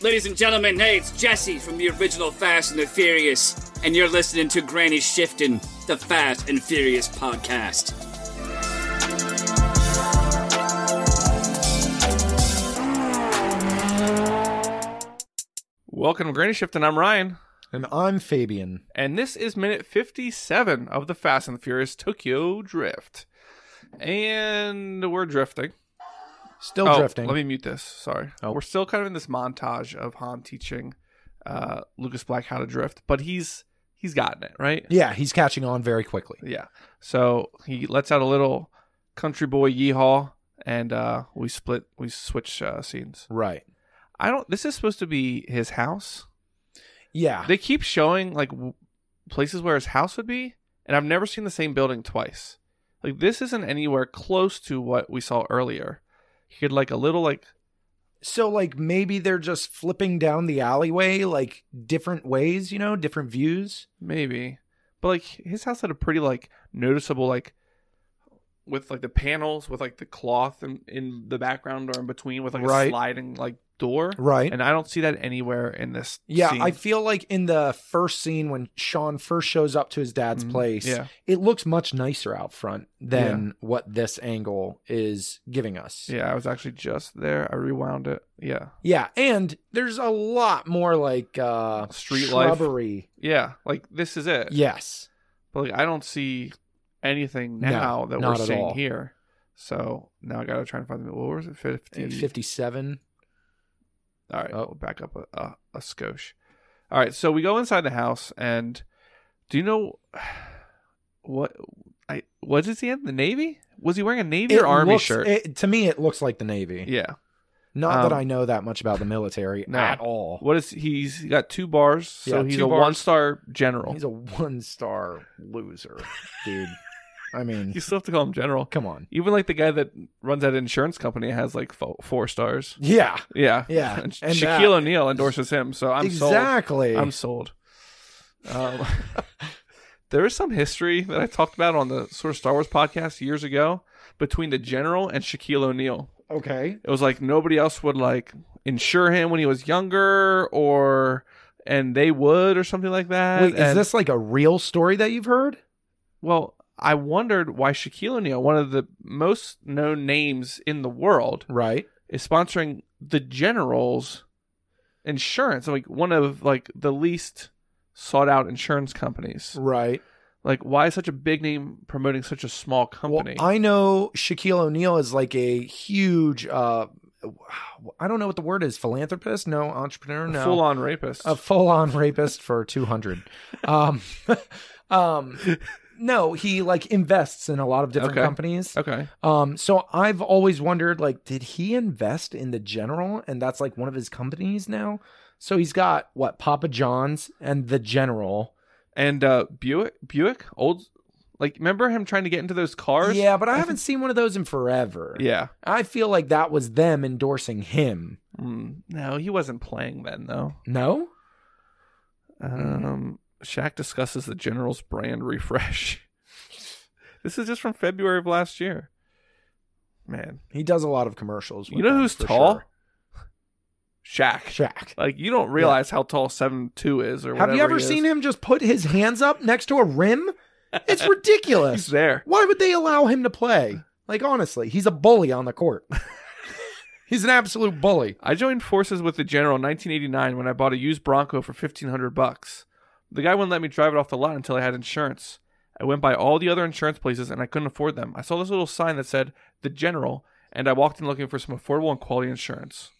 Ladies and gentlemen, hey, it's Jesse from the original Fast and the Furious, and you're listening to Granny Shifton, the Fast and Furious podcast. Welcome to Granny Shift, and I'm Ryan. And I'm Fabian. And this is minute 57 of the Fast and the Furious Tokyo Drift. And we're drifting. Still oh, drifting. Let me mute this. Sorry. Oh. We're still kind of in this montage of Han teaching uh, Lucas Black how to drift, but he's he's gotten it, right? Yeah, he's catching on very quickly. Yeah. So he lets out a little country boy yeehaw, and uh, we split, we switch uh, scenes. Right. I don't. This is supposed to be his house. Yeah. They keep showing like w- places where his house would be, and I've never seen the same building twice. Like this isn't anywhere close to what we saw earlier. He had like a little like so like maybe they're just flipping down the alleyway like different ways, you know, different views. maybe, but like his house had a pretty like noticeable like with like the panels with like the cloth in, in the background or in between with like a Right. sliding like door. Right. And I don't see that anywhere in this. yeah, scene. I feel like in the first scene when Sean first shows up to his dad's Mhm. place, Yeah, it looks much nicer out front than what this angle is giving us. yeah. I was actually just there. I rewound it. Yeah, Yeah, and there's a lot more like uh Street life. shrubbery. yeah. Like this is it. Yes. But like, I don't see anything No, now that we're not at seeing all. here. So now I gotta try and find the. What was it? Fifty. And 57. All right, Oh. we'll back up a, a a skosh. All right, so we go inside the house, and do you know what? I what is he in the navy? Was he wearing a navy It or army looks- shirt? it- to me, it looks like the Navy. yeah. Not that Um, I know that much about the military No. at all. What is he's he got two bars? So Yeah, he's two a bars. one star general. He's a one star loser, dude. I mean, you still have to call him general. come on. Even like the guy that runs that insurance company has like fo- four stars. Yeah, Yeah. Yeah, And and Shaquille that- O'Neal endorses him, so I'm exactly. sold. I'm sold. Um, there is some history that I talked about on the sort of Star Wars podcast years ago between the general and Shaquille O'Neal. okay. It was like nobody else would like insure him when he was younger or and they would or something like that. Wait, is And- this like a real story that you've heard? well, I wondered why Shaquille O'Neal, one of the most known names in the world, Right. is sponsoring the general's insurance like one of like the least sought out insurance companies Right. like why is such a big name promoting such a small Well, company I know Shaquille O'Neal is like a huge. uh I don't know what the word is. Philanthropist? No, entrepreneur? No. full on rapist a full-on rapist for 200 um um no he like invests in a lot of different Okay. companies okay um so i've always wondered like did he invest in the general and that's like one of his companies now so he's got what papa john's and the general and uh buick buick old like remember him trying to get into those cars yeah but i I haven't seen one of those in forever yeah i feel like that was them endorsing him Mm, no he wasn't playing then though no Mm-hmm. um Shaq discusses the general's brand refresh this is just from February of last year man he does a lot of commercials with You know them, who's for tall? sure. Shaq. Shaq. Like you don't realize how tall seven two is, or Have you ever seen him just put his hands up next to a rim? It's ridiculous. He's there. Why would they allow him to play? Like honestly, he's a bully on the court. he's an absolute bully. I joined forces with the general in 1989 when I bought a used Bronco for 1500 bucks. The guy wouldn't let me drive it off the lot until I had insurance. I went by all the other insurance places and I couldn't afford them. I saw this little sign that said "The General," and I walked in looking for some affordable and quality insurance.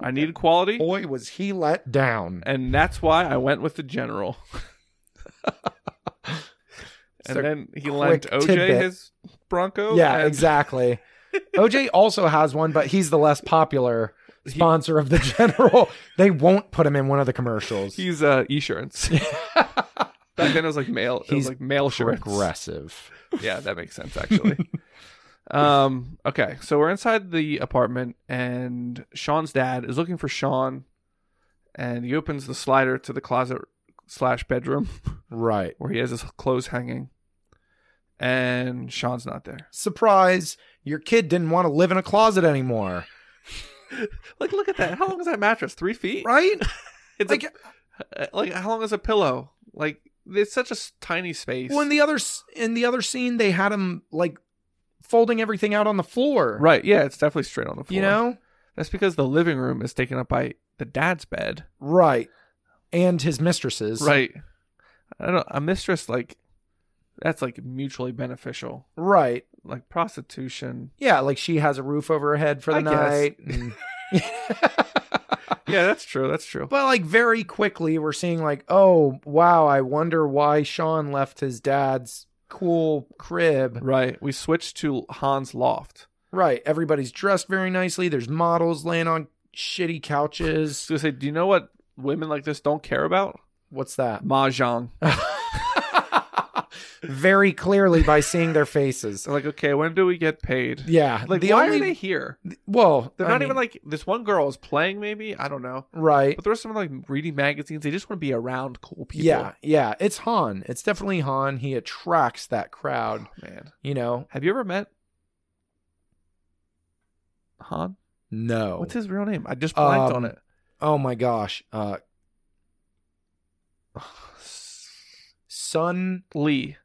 I needed quality, Boy, was he let down. and that's why I went with the general. and So, then he quick lent OJ tidbit. his Bronco. yeah, and exactly. OJ also has one, but he's the less popular He- sponsor of the general. they won't put him in one of the commercials. He's uh, insurance. Back then it was like mail. It was He's like mail insurance. Progressive. Yeah, that makes sense actually. um. Okay, so we're inside the apartment, and Sean's dad is looking for Sean, and he opens the slider to the closet slash bedroom Right. where he has his clothes hanging, and Sean's not there. Surprise, your kid didn't want to live in a closet anymore. like, look at that. How long is that mattress? Three feet? right? It's like, like, like how long is a pillow? Like, it's such a s- tiny space. well, in the other s- in the other scene, they had him like folding everything out on the floor. right? Yeah, it's definitely straight on the floor. You know, that's because the living room is taken up by the dad's bed. right? And his mistresses. Right. I don't. A mistress like that's like mutually beneficial. Right. Like prostitution. Yeah, like she has a roof over her head for the I night. guess. and- Yeah, that's true. That's true. but like very quickly we're seeing like, oh wow, I wonder why Sean left his dad's cool crib. Right. We switch to Hans loft. Right. Everybody's dressed very nicely. There's models laying on shitty couches. So I say, do you know what women like this don't care about? What's that? Mahjong. very clearly by seeing their faces. They're like, okay, when do we get paid? Yeah. Like, the why only are they here? well, They're I not mean, even like this one girl is playing, maybe I don't know. right. But the rest of them are, like reading magazines. They just want to be around cool people. Yeah, yeah. It's Han. It's definitely Han. He attracts that crowd, Oh, man. you know. Have you ever met Han? No. What's his real name? I just blanked Um, on it. Oh my gosh. Uh Sun Lee,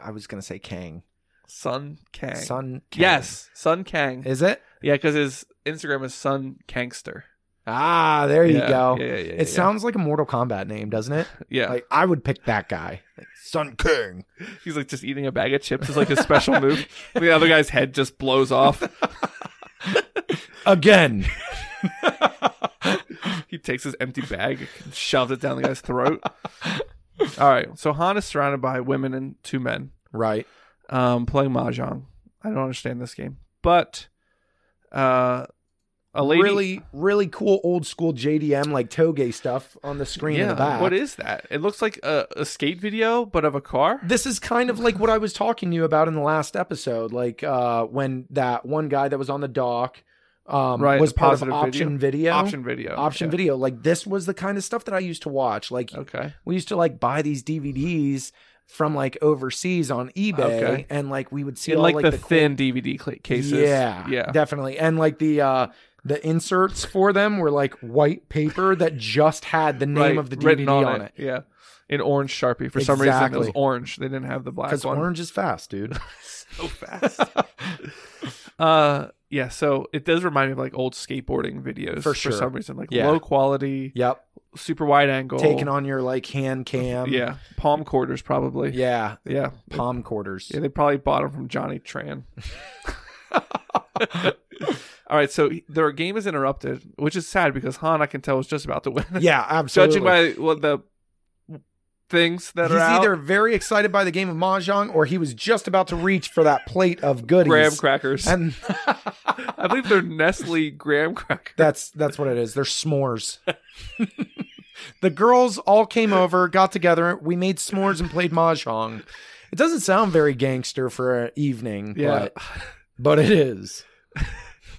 I was gonna say Kang. Sun Kang. Sun Kang. Yes, Sun Kang. Is it? yeah, because his Instagram is Sun Kangster. Ah, there you Yeah, go. Yeah, yeah, yeah. it yeah. sounds like a Mortal Kombat name, doesn't it? Yeah, Like I would pick that guy. Like, Sun Kang. he's like just eating a bag of chips is like his special move. The other guy's head just blows off. Again. he takes his empty bag, and shoves it down the guy's throat. All right, so Han is surrounded by women and two men. Right. um, playing mahjong. I don't understand this game, but uh, a lady. Really, really cool old school JDM like toge stuff on the screen in the yeah. back. What is that? It looks like a, a skate video, but of a car. this is kind of like what I was talking to you about in the last episode, like uh, when that one guy that was on the dock um, Right, was the part of positive option video. Option video. Option Yeah. video. Like this was the kind of stuff that I used to watch. Like Okay. we used to like buy these DVDs from like overseas on eBay, Okay. and like we would see In all, like, the, cool- thin DVD cl- cases. Yeah, Yeah. definitely. And like the uh, the inserts for them were like white paper that just had the name Right, of the written DVD on, on it. Yeah. In orange sharpie. For some reason, it was Exactly. orange. They didn't have the black Because one. orange is fast, dude. so fast. uh, yeah. So it does remind me of like old skateboarding videos For sure. For some reason, like Yeah. low quality, yep. super wide angle, taken on your like hand cam. Oh. Yeah, palm quarters probably. Yeah, Yeah. yeah. Palm quarters. they probably bought them from Johnny Tran. All right, so their game is interrupted, which is sad because Han, I can tell, was just about to win. Yeah, absolutely. Judging by well, the things that He's are out, either very excited by the game of Mahjong or he was just about to reach for that plate of goodies. graham crackers. and I believe they're Nestle graham crackers. that's that's what it is. They're s'mores. the girls all came over, got together, we made s'mores and played Mahjong. It doesn't sound very gangster for an evening, Yeah. but but it is.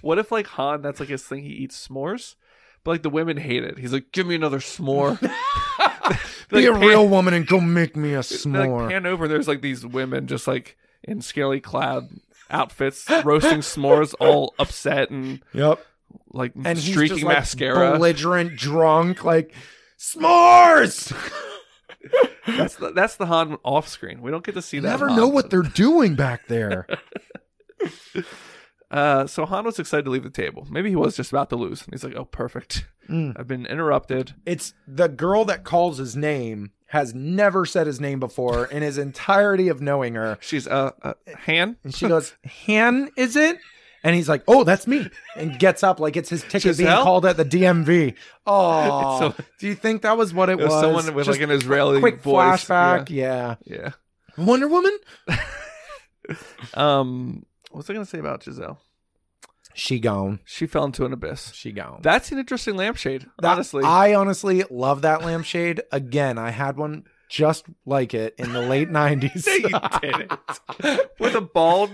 What if like Han, that's like his thing. He eats s'mores, but like the women hate it. He's like, give me another s'more. Be Like, a pan- real woman and go make me They, a Like s'more. pan over, there's like these women just like in scaly clad outfits, roasting s'mores, all upset and Yep. like and he's streaking just, like, mascara. belligerent, drunk, like s'mores. that's the, that's the Han off screen. We don't get to see You that. never Han. know what they're doing back there. Uh, so Han was excited to leave the table. Maybe he was just about to lose, and he's like, "Oh, perfect! Mm. I've been interrupted." It's the girl that calls his name has never said his name before in his entirety of knowing her, She's uh, uh Han. and she goes, "Han, is it?" And he's like, "Oh, that's me," and gets up like it's his ticket being Giselle? called at the DMV. Oh, It's do you think that was what it It was was? someone with Just like an Israeli quick voice. flashback. Yeah. Yeah. yeah. Wonder Woman. Um, what's I gonna say about Giselle? She gone. She fell into an abyss. She gone. That's an interesting lampshade. That- honestly, I honestly love that lampshade. Again, I had one just like it in the late nineties. No, you didn't. With a bald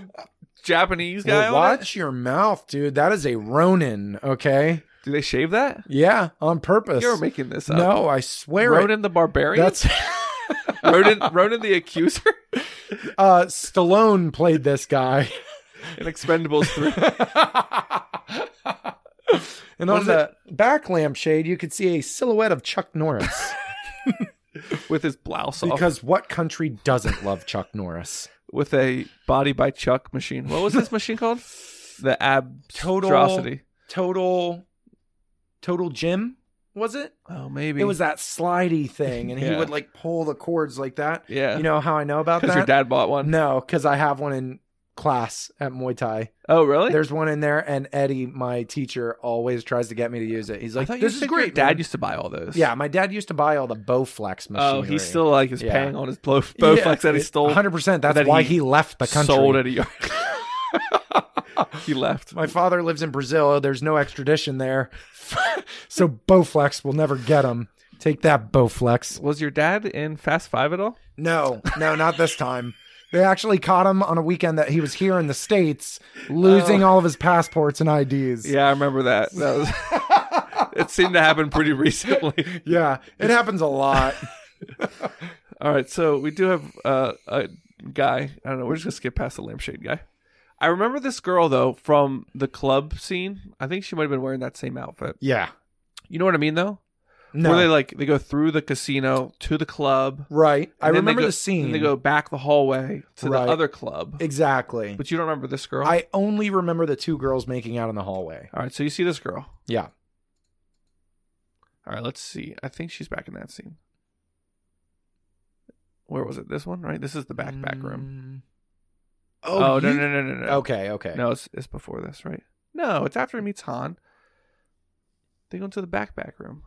Japanese guy Well, on it? watch your mouth, dude. That is a Ronin, okay? Do they shave that? Yeah, on purpose. You're making this up. no, I swear it. Ronan the Barbarian? That's Ronan, Ronan the Accuser uh Stallone played this guy. in Expendables 3. And What on is the back lampshade, you could see a silhouette of Chuck Norris. with his blouse off, because what country doesn't love Chuck Norris? with a body by Chuck machine. What was this machine called? The Total- Abstrosity. Total, total Jim, was it? Oh, maybe It was that slidey thing, and he Yeah. would like pull the cords like that. Yeah, You know how I know about because your that? dad bought one. no, because I have one in class at Muay Thai. Oh, really? There's one in there, and Eddie, my teacher, always tries to get me to use it. He's I like, thought you "This said is great, Your dad man." used to buy all those. yeah, my dad used to buy all the Bowflex machinery. Oh, he still like is Yeah. paying on his blow Bowflex that he stole, 100. percent That's that why he he, left the country. sold at a yard. he left. My father lives in Brazil. There's no extradition there, so Bowflex will never get him. Take that, Bowflex. Was your dad in Fast Five at all? No, no, not this time. They actually caught him on a weekend that he was here in the states, losing all of his passports and IDs. Oh. Yeah, I remember that. That was. it seemed to happen pretty recently. yeah, it happens a lot. All right, so we do have uh, a guy. I don't know. We're just gonna skip past the lampshade guy. I remember this girl though from the club scene. I think she might have been wearing that same outfit. yeah, You know what I mean though? no, Where they like they go through the casino to the club. right. I and then they remember go- the scene. And they go back the hallway to Right. the other club. exactly. But you don't remember this girl. I only remember the two girls making out in the hallway. All right, so you see this girl. Yeah. All right, let's see. I think she's back in that scene. Where was it? This one, right? This is the back back room. Oh, no, Mm, you- no, no, no, no. Okay, okay. No, it's, it's before this, right? No, it's after he meets Han. They go into the back back room.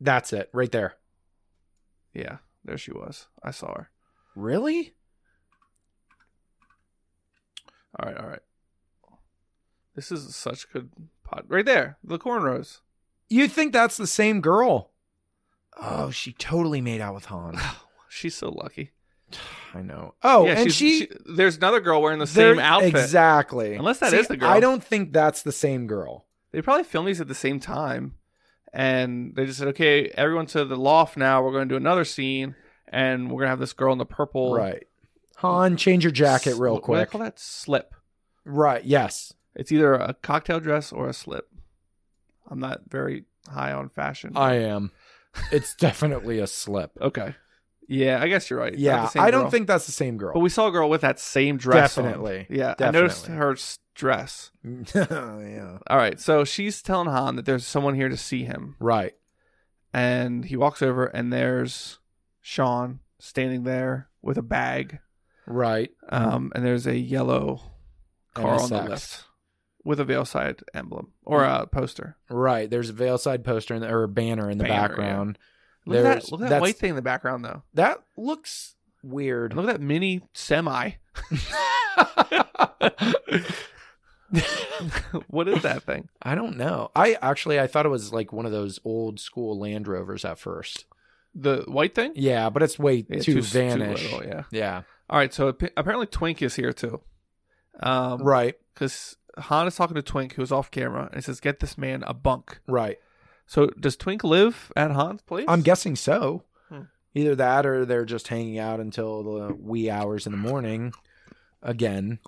That's it, right there. Yeah, there she was. I saw her. Really? All right, all right. This is such good pot. Right there, the cornrows. You think that's the same girl? Oh, she totally made out with Han. She's so lucky. I know. Oh, yeah, and she's- she, There's another girl wearing the there- same outfit. Exactly. Unless that that is is the girl. I don't think that's the same girl. They probably filmed these at the same time, and they just said, "Okay, everyone to the loft now. We're going to do another scene, and we're going to have this girl in the purple Right. Han, change your jacket real What do they quick. call that slip? Right. Yes. It's either a cocktail dress or a slip. I'm not very high on fashion. I am. It's definitely a slip. okay. Yeah, I guess you're right. Not the Yeah, same I don't girl. think that's the same girl. But we saw a girl with that same dress. on. Definitely. Yeah, I noticed Definitely. her s- dress. yeah. All right, so she's telling Han that there's someone here to see him, Right. and he walks over, and there's Sean standing there with a bag, Right. um, and there's a yellow car on the NSX. left with a Veilside emblem or a Mm. poster. Right. There's a Veilside poster in the, or a banner in the Banner, yeah. background. Look at that, There's- look at that that's- white thing in the background, though. That looks weird. And look at that mini semi. what is that thing? I don't know. I actually I thought it was like one of those old school Land Rovers at first. The white thing? Yeah, but it's way Yeah, too, too- too vanish. little, yeah. Yeah. All right, so ap- apparently Twink is here too. Um, Right. Because Han is talking to Twink, who's off camera, and he says, Get this man a bunk. Right. So does Twink live at Han's place? I'm guessing so. Hmm. Either that or they're just hanging out until the wee hours in the morning again.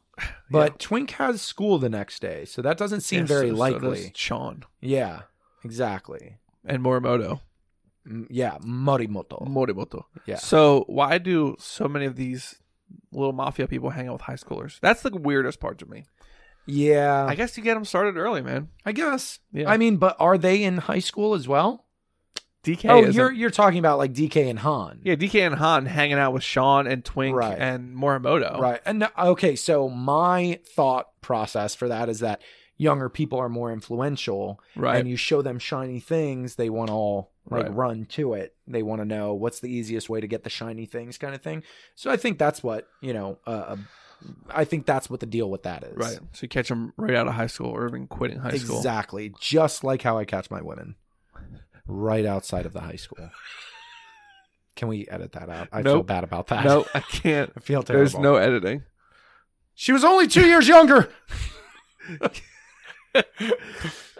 But Twink has school the next day, so that doesn't seem Yeah, very so- so likely. does Sean yeah. Exactly. and Morimoto. M- yeah, Morimoto. Morimoto. Oh. Yeah. So why do so many of these little mafia people hang out with high schoolers? That's the weirdest part to me. Yeah. I guess you get them started early, man. I guess. Yeah. I mean, but are they in high school as well? DK oh, is a- you're you're talking about like DK and Han. yeah, DK and Han hanging out with Sean and Twink Right. and Morimoto. Right. And no- okay, so my thought process for that is that younger people are more influential Right. and you show them shiny things, they want to all like Right. run to it. They want to know what's the easiest way to get the shiny things kind of thing. So I think that's what, you know, uh, I think that's what the deal with that is. Right. So you catch them right out of high school or even quitting high school. Exactly. Just like how I catch my women. Right outside of the high school. Can we edit that out? I feel Nope. bad about that. No, I can't. I feel terrible. There's no editing. She was only two years younger.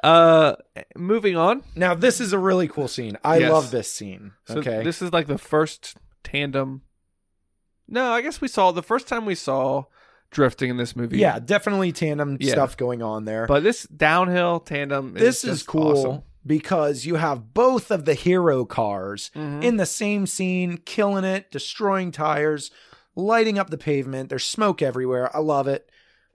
Uh, moving on. Now this is a really cool scene. I Yes. love this scene. So okay. this is like the first tandem. No, I guess we saw the first time we saw drifting in this movie. Yeah, definitely tandem Yeah. stuff going on there. But this downhill tandem is this is just cool awesome. because you have both of the hero cars Mm-hmm. in the same scene, killing it, destroying tires, lighting up the pavement. There's smoke everywhere. I love it.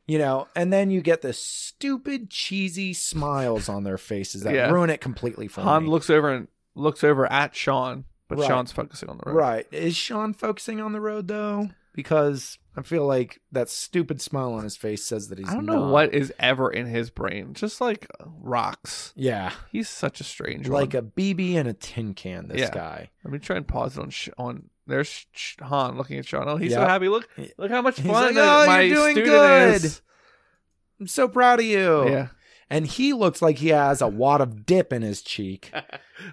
You know, and then you get the stupid, cheesy smiles on their faces that Yeah. ruin it completely for Han me. looks over and looks over at Sean, but Right. Sean's focusing on the road. Right. Is Sean focusing on the road though? Because I feel like that stupid smile on his face says that he's. I don't know not. what is ever in his brain. Just like rocks. Yeah, He's such a strange like one. a BB and a tin can. This Yeah. guy. Let me try and pause it on Sh- on. There's Sh- Sh- Han looking at Sean. Oh, he's so Yeah. happy. Look, He- look how much he's fun like, that "Oh, my you're doing student good." Oh. is. I'm so proud of you. Yeah, And he looks like he has a wad of dip in his cheek,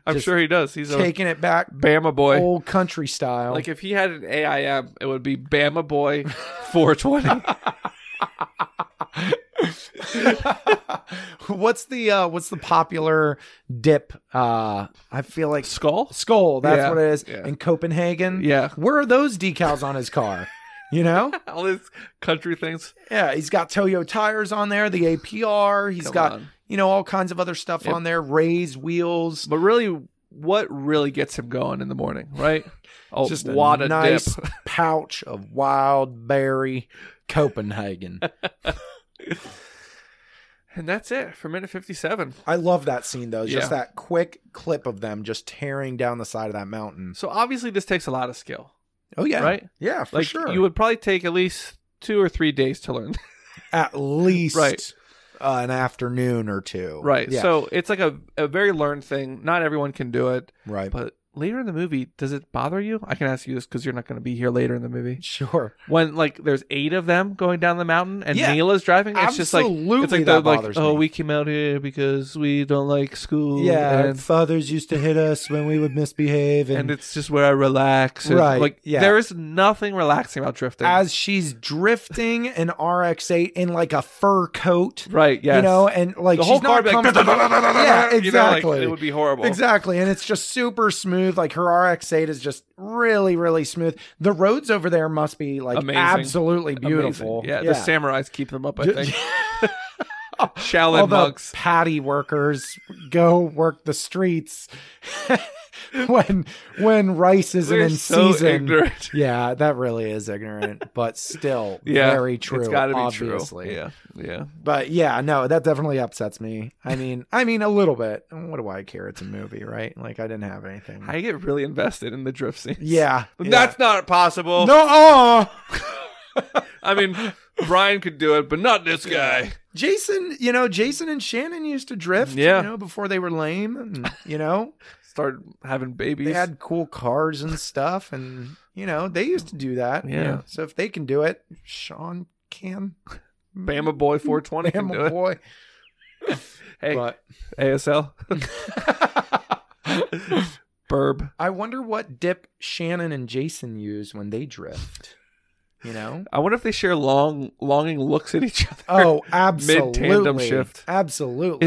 I'm Just sure he does. He's a taking it back Bama boy. old country style. Like if he had an AIM, it would be Bama Boy 420. what's the uh, what's the popular dip? Uh, I feel like Skull? skull. That's Yeah, what it is yeah. in Copenhagen. Yeah. where are those decals on his car? You know, All these country things. yeah, he's got Toyo tires on there, the APR. He's Come got on. you know all kinds of other stuff Yep. on there, raised wheels. But really, what really gets him going in the morning, right? Oh, just a wad of nice dip. pouch of wild berry Copenhagen. And that's it for minute 57. I love that scene though. Just Yeah. that quick clip of them just tearing down the side of that mountain. So obviously, this takes a lot of skill, Oh yeah, right? Yeah, for Like, sure. you would probably take at least two or three days to learn. at least Right. uh, an afternoon or two. right. Yeah. So it's like a, a very learned thing. Not everyone can do it. right. But later in the movie, does it bother you? I can ask you this because you're not going to be here later in the movie. sure. when like there's eight of them going down the mountain and Yeah. Neela's driving, it's just like Absolutely it's like they're that like, bothers oh, me. we came out here because we don't like school, Yeah, our and, fathers used to hit us when we would misbehave, and, and it's just where I relax, and, Right, Like yeah. there is nothing relaxing about drifting, as she's drifting an RX-8 in like a fur coat, right? Yes, you know, and like the whole she's car not would be like, comfortable. yeah, exactly. you know, like, it would be horrible. Exactly. And it's just super smooth. Like her RX8 is just really, really smooth. The roads over there must be like Amazing. absolutely Amazing. beautiful. Yeah, the samurais keep them up. I Ju- think Shaolin All the monks. patty workers go work the streets when when rice isn't We're in so season. ignorant. Yeah, that really is ignorant, but still Yeah, very true. It's got to be obviously. true. Yeah, yeah. But yeah, no, that definitely upsets me. I mean, I mean a little bit. What do I care? It's a movie, right? Like I didn't have anything. I get really invested in the drift scene. yeah, yeah. That's not possible. No, oh, I mean, Brian could do it, but not this guy. Jason. You know, Jason and Shannon used to drift. Yeah. you know, before they were lame, and you know, Start having babies. they had cool cars and stuff, and you know, they used to do that. Yeah. So if they can do it, Sean can. Bama Boy 420 can do Bama it. boy. Hey, But ASL. Burb. I wonder what dip Shannon and Jason use when they drift. You know. I wonder if they share long, longing looks at each other. Oh, absolutely. shift. Absolutely.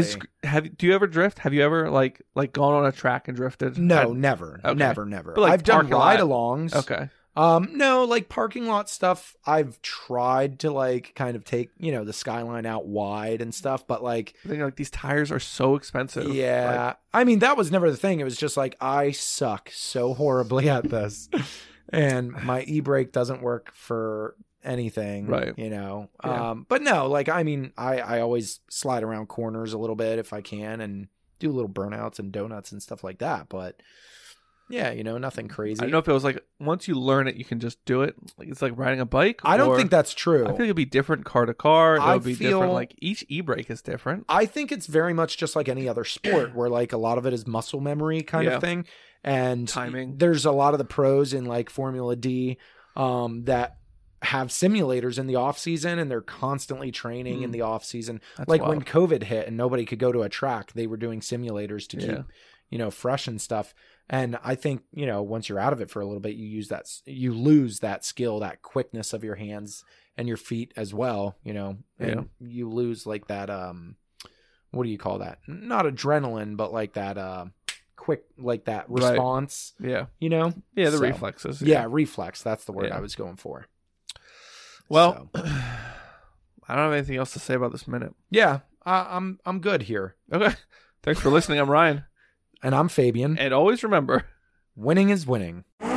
Is have do you ever drift? Have you ever like like gone on a track and drifted? no, I've- never, Okay. never, never. But, like, I've done parking lot. ride-alongs. okay. Um, no, like parking lot stuff. I've tried to like kind of take you know the skyline out wide and stuff, but like, Then you're like these tires are so expensive. yeah, I mean that was never the thing. It was just like I suck so horribly at this, and my e brake doesn't work for anything, Right. You know. Yeah. Um, but no, like I mean, I I always slide around corners a little bit if I can, and do little burnouts and donuts and stuff like that. But yeah, you know, nothing Like, crazy. I don't know if it was like once you learn it, you can just do it. Like, it's like riding a bike. I don't or- think that's true. I feel like it'd be different car to car. It I would be different. feel- Like each e brake is different. I think it's very much just like any other sport where like a lot of it is muscle memory kind Yeah. of thing and Timing. There's a lot of the pros in like Formula D um that have simulators in the off season and they're constantly training in Mm. the off season. That's like wild. when COVID hit and nobody could go to a track, they were doing simulators to Yeah. keep you know fresh and stuff. And I think, you know, once you're out of it for a little bit, you use that s- you lose that skill, that quickness of your hands and your feet as well, you know. And you lose like that um what do you call that? Not adrenaline, but like that uh quick like that Right. response, Yeah. you know? Yeah, the So, reflexes. Yeah, reflex, that's the word Yeah. I was going for. Well, So, I don't have anything else to say about this minute. yeah, I, I'm I'm good here, Okay. Thanks for listening. I'm Ryan. and I'm Fabian. And always remember. Winning is winning.